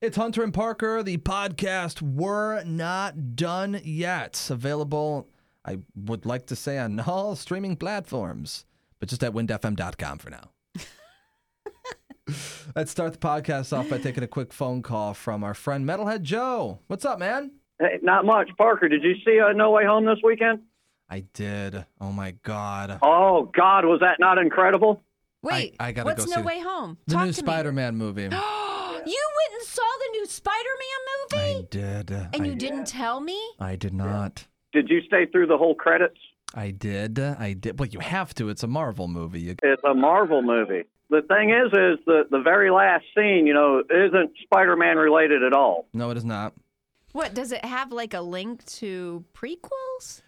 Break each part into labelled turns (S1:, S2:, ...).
S1: It's Hunter and Parker, the podcast We're Not Done Yet. Available, I would like to say, on all streaming platforms, but just at windfm.com for now. Let's start the podcast off by taking a quick phone call from our friend Metalhead Joe. What's up, man?
S2: Hey, not much. Parker, did you see uh, No Way Home this weekend?
S1: I did. Oh my God.
S2: Oh, God, was that not incredible?
S3: Wait,
S1: I gotta
S3: what's
S1: go
S3: No
S1: see
S3: Way Home?
S1: The
S3: Talk
S1: new
S3: to
S1: Spider Man movie.
S3: me. you went and saw the new Spider-Man movie,
S1: I did.
S3: and
S1: I,
S3: you didn't tell me.
S1: I did not.
S2: Did you stay through the whole credits?
S1: I did. I did. Well, you have to. It's a Marvel movie. You
S2: It's a Marvel movie. The thing is, is the, the very last scene, you know, isn't Spider-Man related at all.
S1: No, it is not.
S3: What does it have like a link to prequels?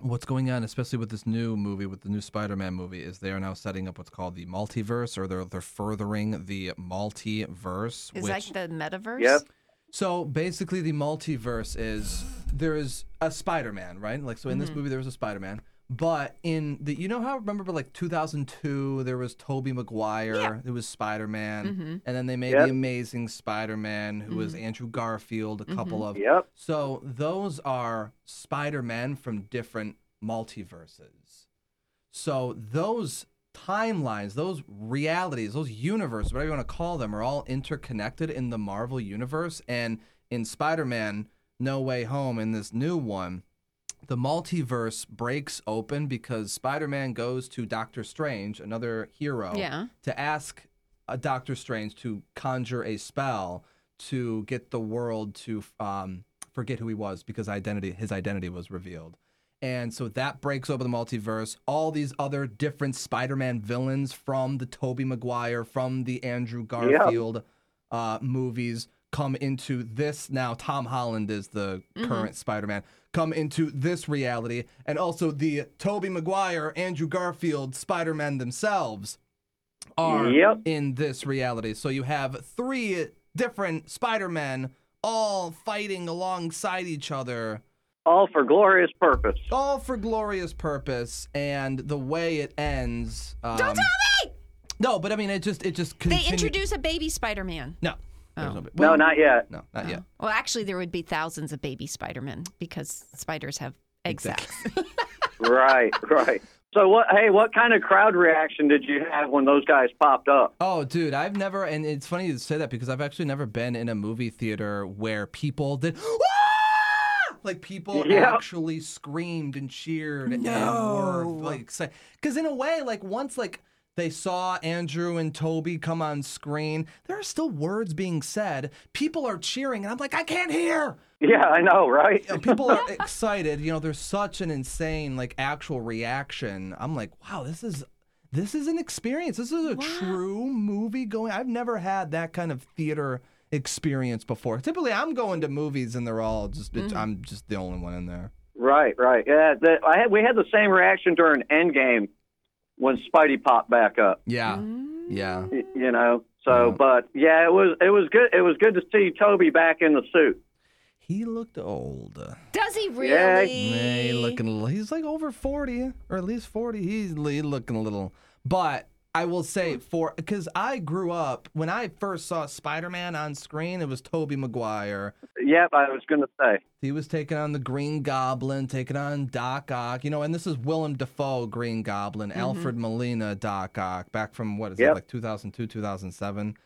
S1: What's going on, especially with this new movie, with the new Spider-Man movie, is they are now setting up what's called the multiverse, or they're they're furthering the multiverse.
S3: Is
S1: which,
S3: like the metaverse?
S2: Yep.
S1: so basically, the multiverse is there is a Spider-Man, right? Like so, in
S3: Mm-hmm.
S1: this movie, there was a Spider-Man, but in the you know how remember like 2002, there was Tobey Maguire, there was Spider-Man,
S3: Mm-hmm.
S1: and then they made
S2: Yep.
S1: the Amazing Spider-Man, who was Andrew Garfield, a
S3: Mm-hmm.
S1: couple of
S2: Yep.
S1: so those are Spider-Man from different multiverses. So those timelines, those realities, those universes, whatever you want to call them, are all interconnected in the Marvel universe. And in Spider-Man No Way Home, in this new one, the multiverse breaks open because Spider-Man goes to Doctor Strange, another hero,
S3: Yeah.
S1: to ask a Doctor Strange to conjure a spell to get the world to um, forget who he was because identity his identity was revealed. And so that breaks open the multiverse. All these other different Spider-Man villains from the Tobey Maguire, from the Andrew Garfield uh, movies come into this now. Tom Holland is the current Spider-Man. Come into this reality, and also the Tobey Maguire, Andrew Garfield, Spider-Man themselves are
S2: Yep.
S1: in this reality. So you have three different Spider-Men all fighting alongside each other
S2: All for glorious purpose.
S1: all for glorious purpose and the way it ends um,
S3: Don't tell me.
S1: no but i mean it just it just
S3: They
S1: continue-
S3: introduce Oh. a baby Spider-Man.
S1: no There's no,
S2: No,
S1: well,
S2: not yet.
S1: no not yet
S3: Well, actually, there would be thousands of baby Spider-Men because spiders have egg sacs.
S2: right, right. So what? Hey, what kind of crowd reaction did you have when those guys popped up?
S1: oh dude i've never and it's funny to say that because i've actually never been in a movie theater where people did "Ah!" like people
S2: Yeah.
S1: actually screamed and cheered and
S3: No.
S1: were like because in a way like once like they saw Andrew and Toby come on screen. There are still words being said. People are cheering, and I'm like, I can't hear.
S2: Yeah, I know, right?
S1: know, people are excited. You know, there's such an insane like actual reaction. I'm like, wow, this is this is an experience. This is a true movie going. I've never had that kind of theater experience before. Typically, I'm going to movies and they're all just it's I'm just the only one in there.
S2: Right, right. Yeah, the, I had, we had the same reaction during Endgame when Spidey popped back up.
S1: Yeah, yeah.
S2: y- you know. So, but yeah, it was it was good. It was good to see Toby back in the suit.
S1: He looked old.
S3: Does he really?
S2: Yeah.
S1: Hey, looking a little, he's like over 40 or at least 40. He's li- looking a little. But I will say for cuz I grew up when I first saw Spider-Man on screen, it was Toby Maguire.
S2: Yep, I was going to say.
S1: He was taking on the Green Goblin, taking on Doc Ock, you know, and this is Willem Dafoe Green Goblin,
S3: Mm-hmm.
S1: Alfred Molina Doc Ock, back from what is it
S2: Yep.
S1: like 2002, 2007,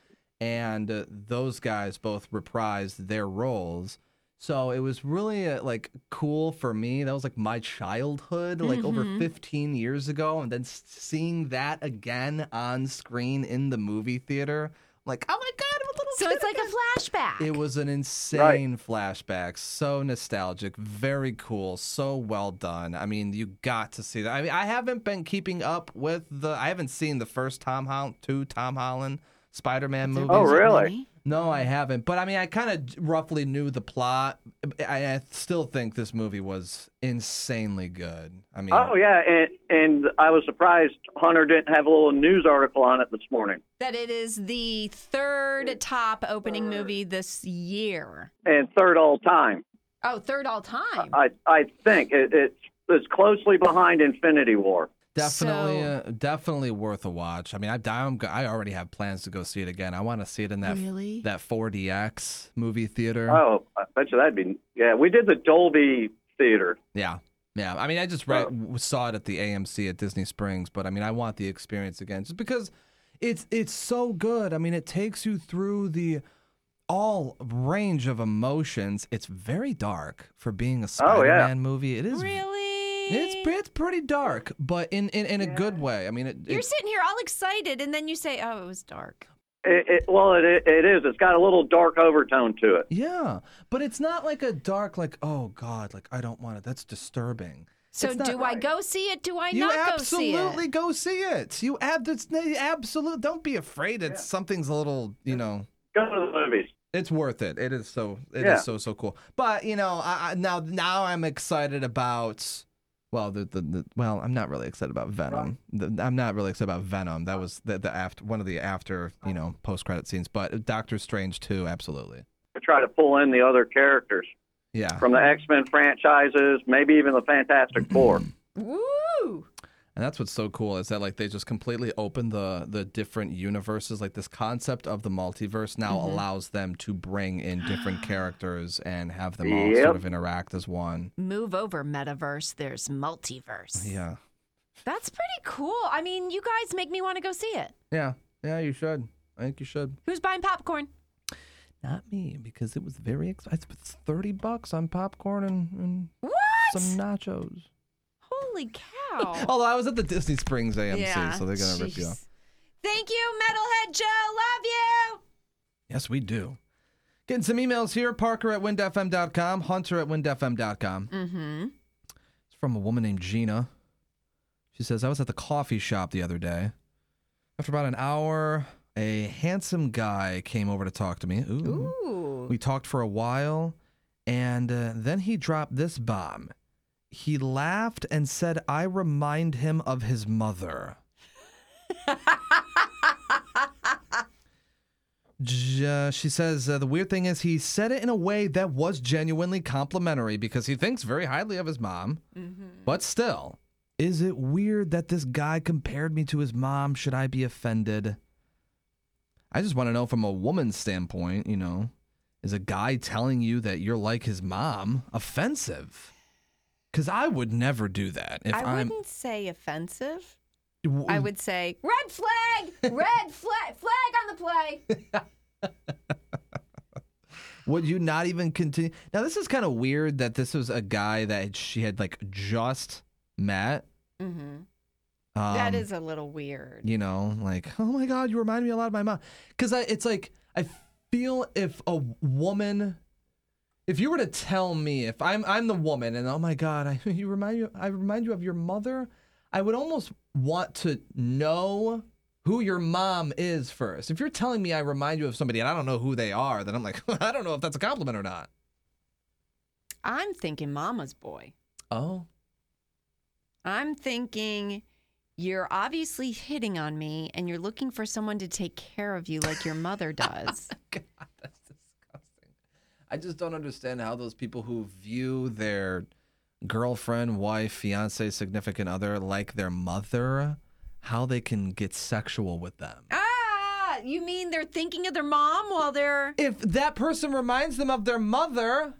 S1: and uh, those guys both reprised their roles. So it was really uh, like cool for me. That was like my childhood, like
S3: Mm-hmm.
S1: over 15 years ago, and then s- seeing that again on screen in the movie theater, like oh my god, I'm a little
S3: So
S1: kid
S3: it's like a flashback.
S1: it was an insane flashback. So nostalgic, very cool, so well done. I mean, you got to see that. I mean, I haven't been keeping up with the. I haven't seen the first Tom Holland, two Tom Holland Spider-Man movies.
S2: Oh, really?
S1: No, I haven't. But I mean, I kind of roughly knew the plot. I, I still think this movie was insanely good. I mean,
S2: Oh yeah, and and I was surprised Hunter didn't have a little news article on it this morning.
S3: That it is the third top opening movie this year.
S2: And third all time,
S3: Oh, third all time.
S2: I I think it, it's it's closely behind Infinity War.
S1: Definitely,
S3: So-
S1: uh, definitely worth a watch. I mean, I I'm, go- I already have plans to go see it again. I want to see it in that
S3: Really?
S1: that 4DX movie theater.
S2: Oh, I bet you that'd be. Yeah, we did the Dolby Theater.
S1: Yeah, yeah. I mean, I just re- w saw it at the AMC at Disney Springs, but I mean, I want the experience again, just because it's it's so good. I mean, it takes you through the all range of emotions. It's very dark for being a
S2: Oh,
S1: Spider-Man
S2: yeah.
S1: movie. It is.
S3: Really?
S1: It's pre- it's pretty dark, but in in, in a good way. I mean, it,
S3: You're
S1: it-
S3: sitting here all excited, and then you say, "Oh, it was dark."
S2: It, it, well, it, it is. It's got a little dark overtone to it.
S1: yeah, but it's not like a dark like oh god, like I don't want it. That's disturbing.
S3: So
S1: It's not-
S3: do I go see it? Do I
S1: You
S3: not go see it?
S1: absolutely go see it. You ab- that's n- absolute. Don't be afraid. It's something's a little. You know,
S2: Go to the movies.
S1: it's worth it. It is so. It is
S2: Yeah.
S1: so so cool. But you know, I, I, now now I'm excited about. Well, the, the, the well, I'm not really excited about Venom. The- I'm not really excited about Venom. That was the, the after one of the after you know post credit scenes. But Doctor Strange too, absolutely.
S2: To try to pull in the other characters
S1: Yeah,
S2: from the X Men franchises, maybe even the Fantastic Four.
S3: Woo!
S1: And that's what's so cool is that like they just completely open the the different universes. Like this concept of the multiverse now allows them to bring in different characters and have them all
S2: Yep.
S1: sort of interact as one.
S3: Move over, metaverse. There's multiverse.
S1: Yeah.
S3: That's pretty cool. I mean, you guys make me want to go see it.
S1: Yeah. Yeah, you should. I think you should.
S3: Who's buying popcorn?
S1: Not me, because it was very expensive. It's 30 bucks on popcorn and, and
S3: What?
S1: some nachos.
S3: Holy cow!
S1: Oh. Although I was at the Disney Springs AMC, so they're going to rip you
S3: jeez.
S1: off.
S3: Thank you, Metalhead Joe. Love you.
S1: Yes, we do. Getting some emails here. Parker at windfm.com, Hunter at windfm.com. Mm-hmm. It's from a woman named Gina. She says, I was at the coffee shop the other day. After about an hour, a handsome guy came over to talk to me. Ooh.
S3: Ooh.
S1: We talked for a while, and uh, then he dropped this bomb. He laughed and said, I remind him of his mother. J- uh, she says, uh, The weird thing is, he said it in a way that was genuinely complimentary because he thinks very highly of his mom. But still, is it weird that this guy compared me to his mom? Should I be offended? I just want to know from a woman's standpoint, you know, is a guy telling you that you're like his mom offensive? Because I would never do that. If
S3: I
S1: am
S3: wouldn't say offensive. I would say red flag, red flag, flag on the play.
S1: Would you not even continue? Now, this is kind of weird that this was a guy that she had like just met.
S3: Mm-hmm.
S1: Um,
S3: that is a little weird.
S1: you know, like, oh my God, you remind me a lot of my mom. Because it's like, I feel if a woman, if you were to tell me, if I'm I'm the woman, and oh my God, I you remind you, I remind you of your mother, I would almost want to know who your mom is first. If you're telling me I remind you of somebody and I don't know who they are, then I'm like, I don't know if that's a compliment or not.
S3: I'm thinking mama's boy.
S1: Oh,
S3: I'm thinking you're obviously hitting on me and you're looking for someone to take care of you like your mother does.
S1: God, that's disgusting. I just don't understand how those people who view their girlfriend, wife, fiance, significant other like their mother, how they can get sexual with them.
S3: ah, you mean they're thinking of their mom while they're
S1: If that person reminds them of their mother.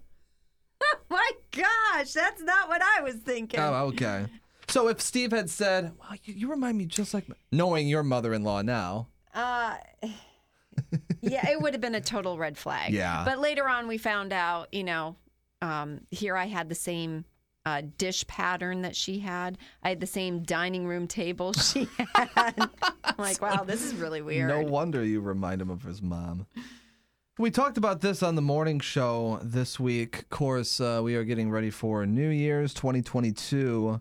S3: My gosh, that's not what I was thinking.
S1: Oh, okay. So if Steve had said, "Wow, you, you remind me just like," my-" knowing your mother-in-law now,
S3: Uh, yeah, it would have been a total red flag.
S1: Yeah.
S3: But later on, we found out, you know, um, here I had the same uh, dish pattern that she had. I had the same dining room table she had. I'm like, wow, this is really weird.
S1: No wonder you remind him of his mom. We talked about this on the morning show this week. Of course, uh, we are getting ready for New Year's 2022.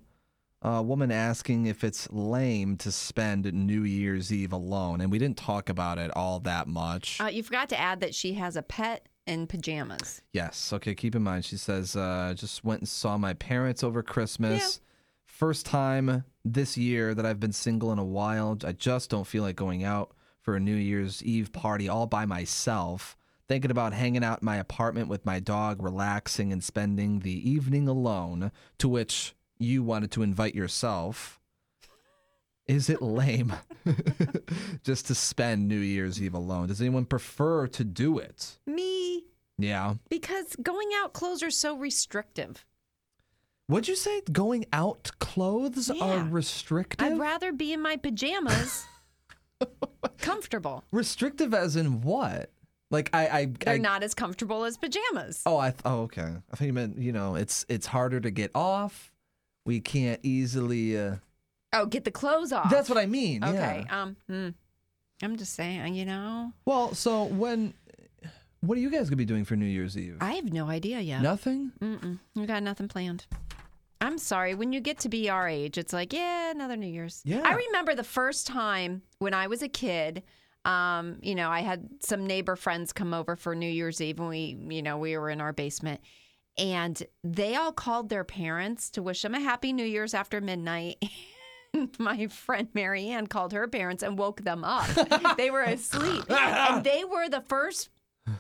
S1: A woman asking if it's lame to spend New Year's Eve alone, and we didn't talk about it all that much.
S3: Uh, you forgot to add that she has a pet and pajamas.
S1: Yes. Okay. Keep in mind, she says, uh, just went and saw my parents over Christmas. First time this year that I've been single in a while. I just don't feel like going out for a New Year's Eve party all by myself. Thinking about hanging out in my apartment with my dog, relaxing and spending the evening alone, to which you wanted to invite yourself. Is it lame just to spend New Year's Eve alone? Does anyone prefer to do it?
S3: Me,
S1: Yeah.
S3: because going out clothes are so restrictive.
S1: Would you say going out clothes are
S3: Yeah.
S1: restrictive?
S3: I'd rather be in my pajamas, comfortable.
S1: restrictive as in what? Like I, I,
S3: They're
S1: I
S3: not as comfortable as pajamas.
S1: Oh, I th- oh okay. I think you meant you know it's it's harder to get off. We can't easily. Uh,
S3: Oh, get the clothes off.
S1: that's what I mean.
S3: Okay.
S1: Yeah.
S3: Um. hmm. I'm just saying. You know,
S1: Well, so when, what are you guys gonna be doing for New Year's Eve?
S3: I have no idea yet.
S1: Nothing.
S3: Mm-mm. We got nothing planned. I'm sorry. When you get to be our age, it's like, yeah, another New Year's.
S1: Yeah.
S3: I remember the first time when I was a kid. Um, you know, I had some neighbor friends come over for New Year's Eve, and we, you know, we were in our basement, and they all called their parents to wish them a happy New Year's after midnight. My friend Marianne called her parents and woke them up. they were asleep, and they were the first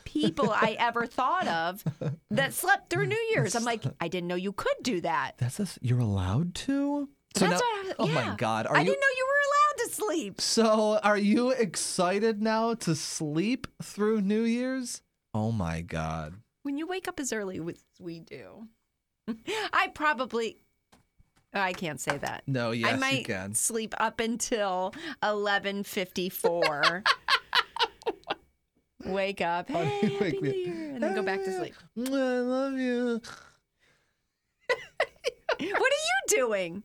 S3: people I ever thought of that slept through New Year's. I'm like, I didn't know you could do that.
S1: That's this. You're allowed to. So
S3: That's
S1: now-
S3: what I was,
S1: Oh
S3: yeah.
S1: my God. Are
S3: I
S1: you?
S3: didn't know you were allowed to sleep.
S1: So are you excited now to sleep through New Year's? Oh my God.
S3: When you wake up as early as we do, I probably, I can't say that.
S1: No. Yes,
S3: I
S1: you
S3: might
S1: can.
S3: sleep up until 11:54. Wake up,
S1: Oh,
S3: hey,
S1: you
S3: happy
S1: wake
S3: New
S1: me-
S3: Year, and then go back to sleep.
S1: I love you.
S3: What are you doing?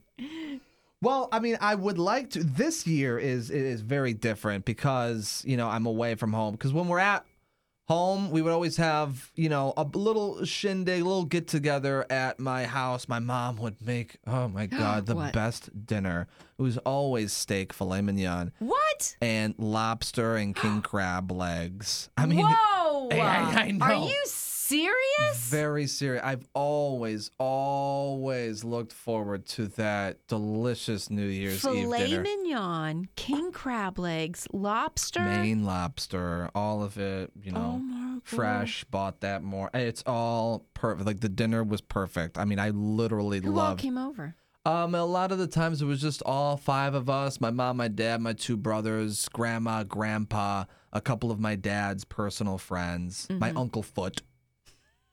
S1: Well, I mean, I would like to. This year is is very different because you know I'm away from home. Because when we're at home, we would always have you know a little shindig, a little get together at my house. My mom would make oh my god the
S3: What?
S1: best dinner. It was always steak, filet mignon,
S3: What?
S1: and lobster and king crab legs. I mean,
S3: Whoa!
S1: I- I- I
S3: Are
S1: know.
S3: you serious?
S1: Very serious. I've always, always looked forward to that delicious New Year's Eve
S3: Filet
S1: dinner.
S3: mignon, king crab legs, lobster.
S1: Maine lobster, all of it, you
S3: oh
S1: know,
S3: my God.
S1: fresh, bought that more. It's all perfect. Like the dinner was perfect. I mean, I literally
S3: Who all
S1: loved
S3: came over?
S1: um a lot of the times it was just all five of us, my mom, my dad, my two brothers, grandma, grandpa, a couple of my dad's personal friends,
S3: Mm-hmm.
S1: my uncle Foot.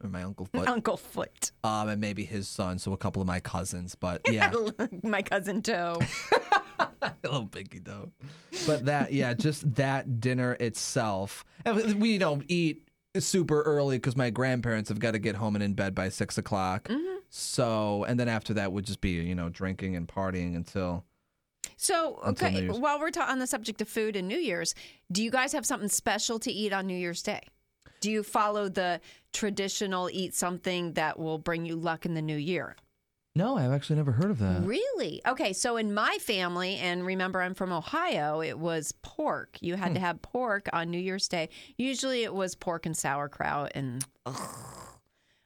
S1: Or my uncle Foot.
S3: Uncle Foot,
S1: Um and maybe his son, so a couple of my cousins, but yeah.
S3: my cousin Toe.
S1: little pinky toe. But that, yeah, just that dinner itself. And we don't eat super early because my grandparents have got to get home and in bed by six o'clock. So, and then after that would just be, you know, drinking and partying until.
S3: So,
S1: Until New
S3: okay,
S1: Year's.
S3: while we're ta- on the subject of food and New Year's, do you guys have something special to eat on New Year's Day? Do you follow the traditional eat something that will bring you luck in the new year?
S1: No, I've actually never heard of that.
S3: Really? Okay, so in my family, and remember I'm from Ohio, it was pork. You had to have pork on New Year's Day. Usually it was pork and sauerkraut and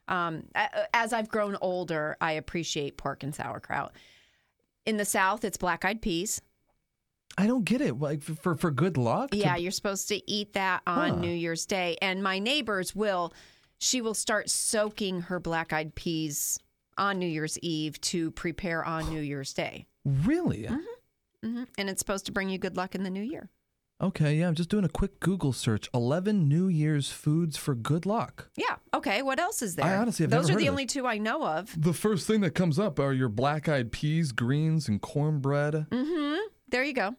S3: um a- as I've grown older, I appreciate pork and sauerkraut. In the South, it's black-eyed peas.
S1: I don't get it. Like for for, for good luck. to-
S3: Yeah, you're supposed to eat that on
S1: Huh.
S3: New Year's Day. And my neighbors will, she will start soaking her black eyed peas on New Year's Eve to prepare on New Year's Day.
S1: really.
S3: hmm And it's supposed to bring you good luck in the new year.
S1: Okay. Yeah, I'm just doing a quick Google search. Eleven New Year's foods for good luck.
S3: Yeah. Okay. What else is there?
S1: I honestly have
S3: Those
S1: never
S3: are the
S1: heard of
S3: only two I know of.
S1: The first thing that comes up are your black-eyed peas, greens, and cornbread.
S3: hmm There you go.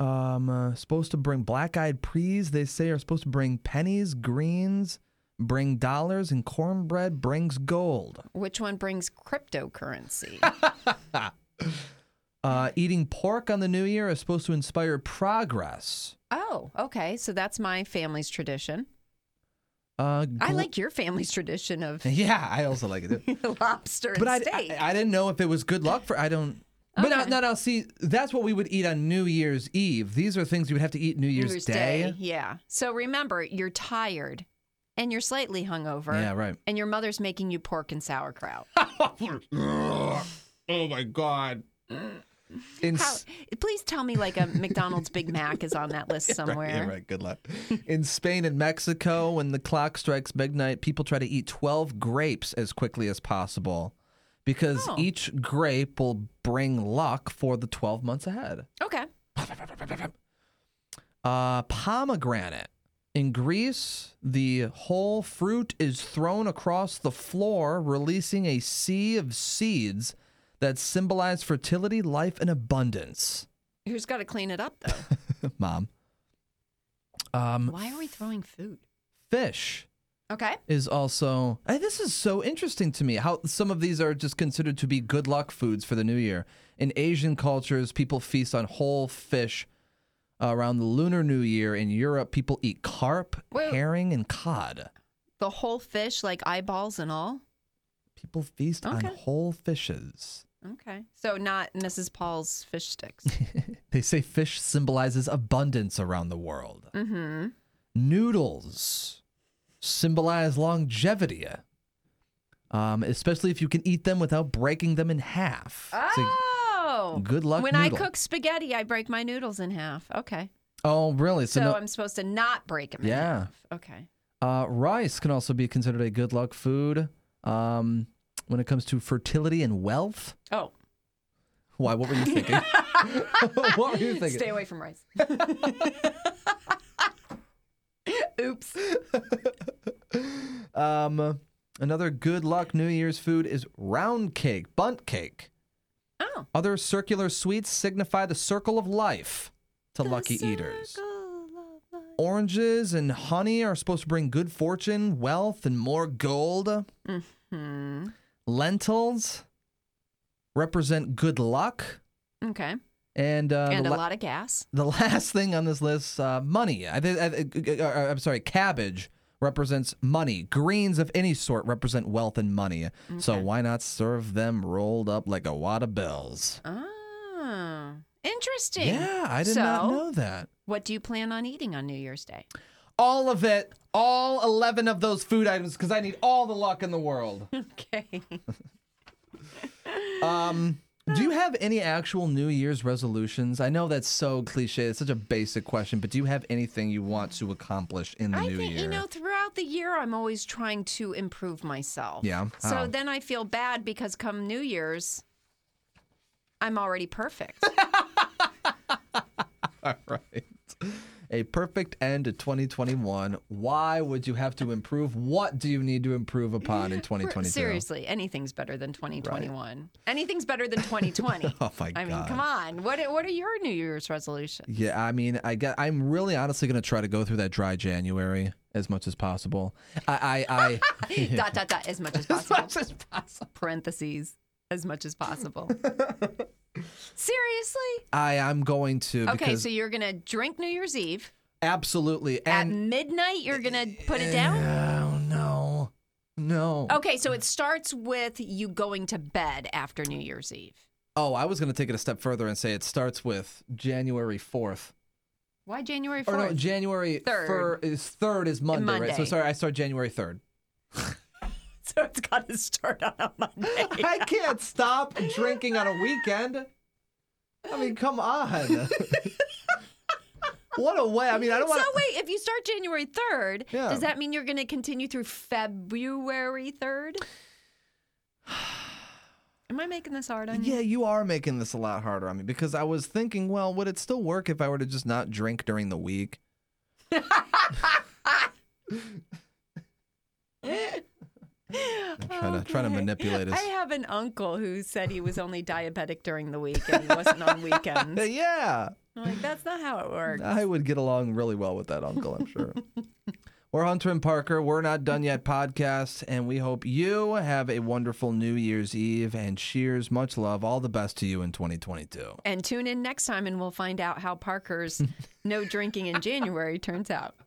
S1: um uh, supposed to bring black-eyed peas they say are supposed to bring pennies greens bring dollars and cornbread brings gold
S3: Which one brings cryptocurrency?
S1: uh, eating pork on the new year is supposed to inspire progress
S3: oh, okay. So that's my family's tradition.
S1: uh,
S3: I
S1: gl-
S3: like your family's tradition of
S1: yeah i also like it too.
S3: lobster and
S1: but I,
S3: steak.
S1: I, I didn't know if it was good luck for i don't but now,
S3: Okay.
S1: now, now, see, that's what we would eat on New Year's Eve. These are things you would have to eat New Year's,
S3: Yeah. So remember, you're tired and you're slightly hungover.
S1: Yeah, right.
S3: And your mother's making you pork and sauerkraut.
S1: oh my God. In
S3: How, please tell me like a McDonald's Big Mac is on that list somewhere.
S1: Right, yeah, right. Good luck. In Spain and Mexico, when the clock strikes midnight, people try to eat 12 grapes as quickly as possible because
S3: Oh.
S1: each grape will bring luck for the 12 months ahead.
S3: Okay.
S1: Uh, pomegranate. In Greece, the whole fruit is thrown across the floor, releasing a sea of seeds that symbolize fertility, life, and abundance.
S3: Who's got to clean it up though?
S1: Mom. Um,
S3: Why are we throwing food?
S1: fish
S3: Okay.
S1: is also. Hey, this is so interesting to me how some of these are just considered to be good luck foods for the new year. In Asian cultures, people feast on whole fish uh, around the Lunar New Year. In Europe, people eat carp,
S3: Wait.
S1: herring, and cod.
S3: The whole fish, like eyeballs and all.
S1: People feast on
S3: Okay.
S1: whole fishes.
S3: Okay. So not Mrs. Paul's fish sticks.
S1: They say fish symbolizes abundance around the world.
S3: mm-hmm.
S1: Noodles symbolize longevity, um, especially if you can eat them without breaking them in half. It's a-
S3: Oh.
S1: good luck
S3: When
S1: noodle.
S3: I cook spaghetti, I break my noodles in half. Okay.
S1: Oh, really? So,
S3: So,
S1: no,
S3: I'm supposed to not break them in
S1: Yeah.
S3: half. Okay.
S1: uh, rice can also be considered a good luck food um, when it comes to fertility and wealth.
S3: Oh.
S1: Why? What were you thinking? what were you thinking?
S3: Stay away from rice. Oops.
S1: Um, another good luck New Year's food is round cake, bunt cake.
S3: Oh.
S1: Other circular sweets signify the circle of life to lucky eaters. Oranges and honey are supposed to bring good fortune, wealth, and more gold.
S3: Hmm.
S1: Lentils represent good luck.
S3: Okay.
S1: And, uh,
S3: and
S1: the,
S3: a
S1: la-
S3: lot of gas.
S1: the last thing on this list, uh, money. I, thi- I, thi- uh, uh, I'm sorry, cabbage represents money. Greens of any sort represent wealth and money. So why not serve them rolled up like a wad of bills?
S3: Oh. Interesting.
S1: Yeah, I did not
S3: So-
S1: know that.
S3: What do you plan on eating on New Year's Day?
S1: All of it, all 11 of those food items, because I need all the luck in the world.
S3: Okay.
S1: Um, do
S3: Hmm.
S1: you have any actual New Year's resolutions? I know that's so cliche. It's such a basic question, but do you have anything you want to accomplish in the
S3: I
S1: new
S3: think
S1: year?
S3: you know throughout the year I'm always trying to improve myself.
S1: Yeah? Oh.
S3: So
S1: How?
S3: then I feel bad because come New Year's I'm already perfect.
S1: All right. A perfect end to 2021. Why would you have to improve? What do you need to improve upon in 2022?
S3: Seriously, anything's better than 2021. Anything's better than 2020.
S1: Oh my
S3: I mean,
S1: God.
S3: come on. What what are your New Year's resolutions?
S1: Yeah, I mean, I get, I'm really honestly going to try to go through that dry January as much as possible. I, I, I
S3: dot dot dot as much as
S1: as
S3: possible.
S1: much as possible.
S3: parentheses as much as possible. Seriously?
S1: I, I'm going to
S3: Okay,
S1: because
S3: so you're going to drink New Year's Eve.
S1: absolutely
S3: At
S1: and
S3: midnight, you're going to put it down?
S1: Oh no, no.
S3: Okay, so it starts with you going to bed after New Year's Eve.
S1: Oh, I was going to take it a step further and say it starts with January fourth.
S3: Why January 4th?
S1: Or Oh, no, January
S3: Third.
S1: fir- is third is Monday, right? So
S3: Monday.
S1: sorry, I start January third.
S3: so it's got to start on a Monday.
S1: I can't stop drinking on a weekend. I mean, come on. what a way. I mean, I don't want
S3: So wait, if you start January 3rd,
S1: Yeah.
S3: does that mean you're going to continue through February 3rd? Am I making this hard on you?
S1: Yeah, you are making this a lot harder on me because I was thinking, well, would it still work if I were to just not drink during the week? I'm trying to trying to
S3: Okay.
S1: manipulate us.
S3: I have an uncle who said he was only diabetic during the week and he wasn't on weekends.
S1: Uh, yeah.
S3: I'm like, that's not how it works.
S1: I would get along really well with that uncle, I'm sure. We're Hunter and Parker. We're not done yet podcast, and we hope you have a wonderful New Year's Eve and cheers, much love, all the best to you in 2022.
S3: And tune in next time and we'll find out how Parker's no drinking in January turns out.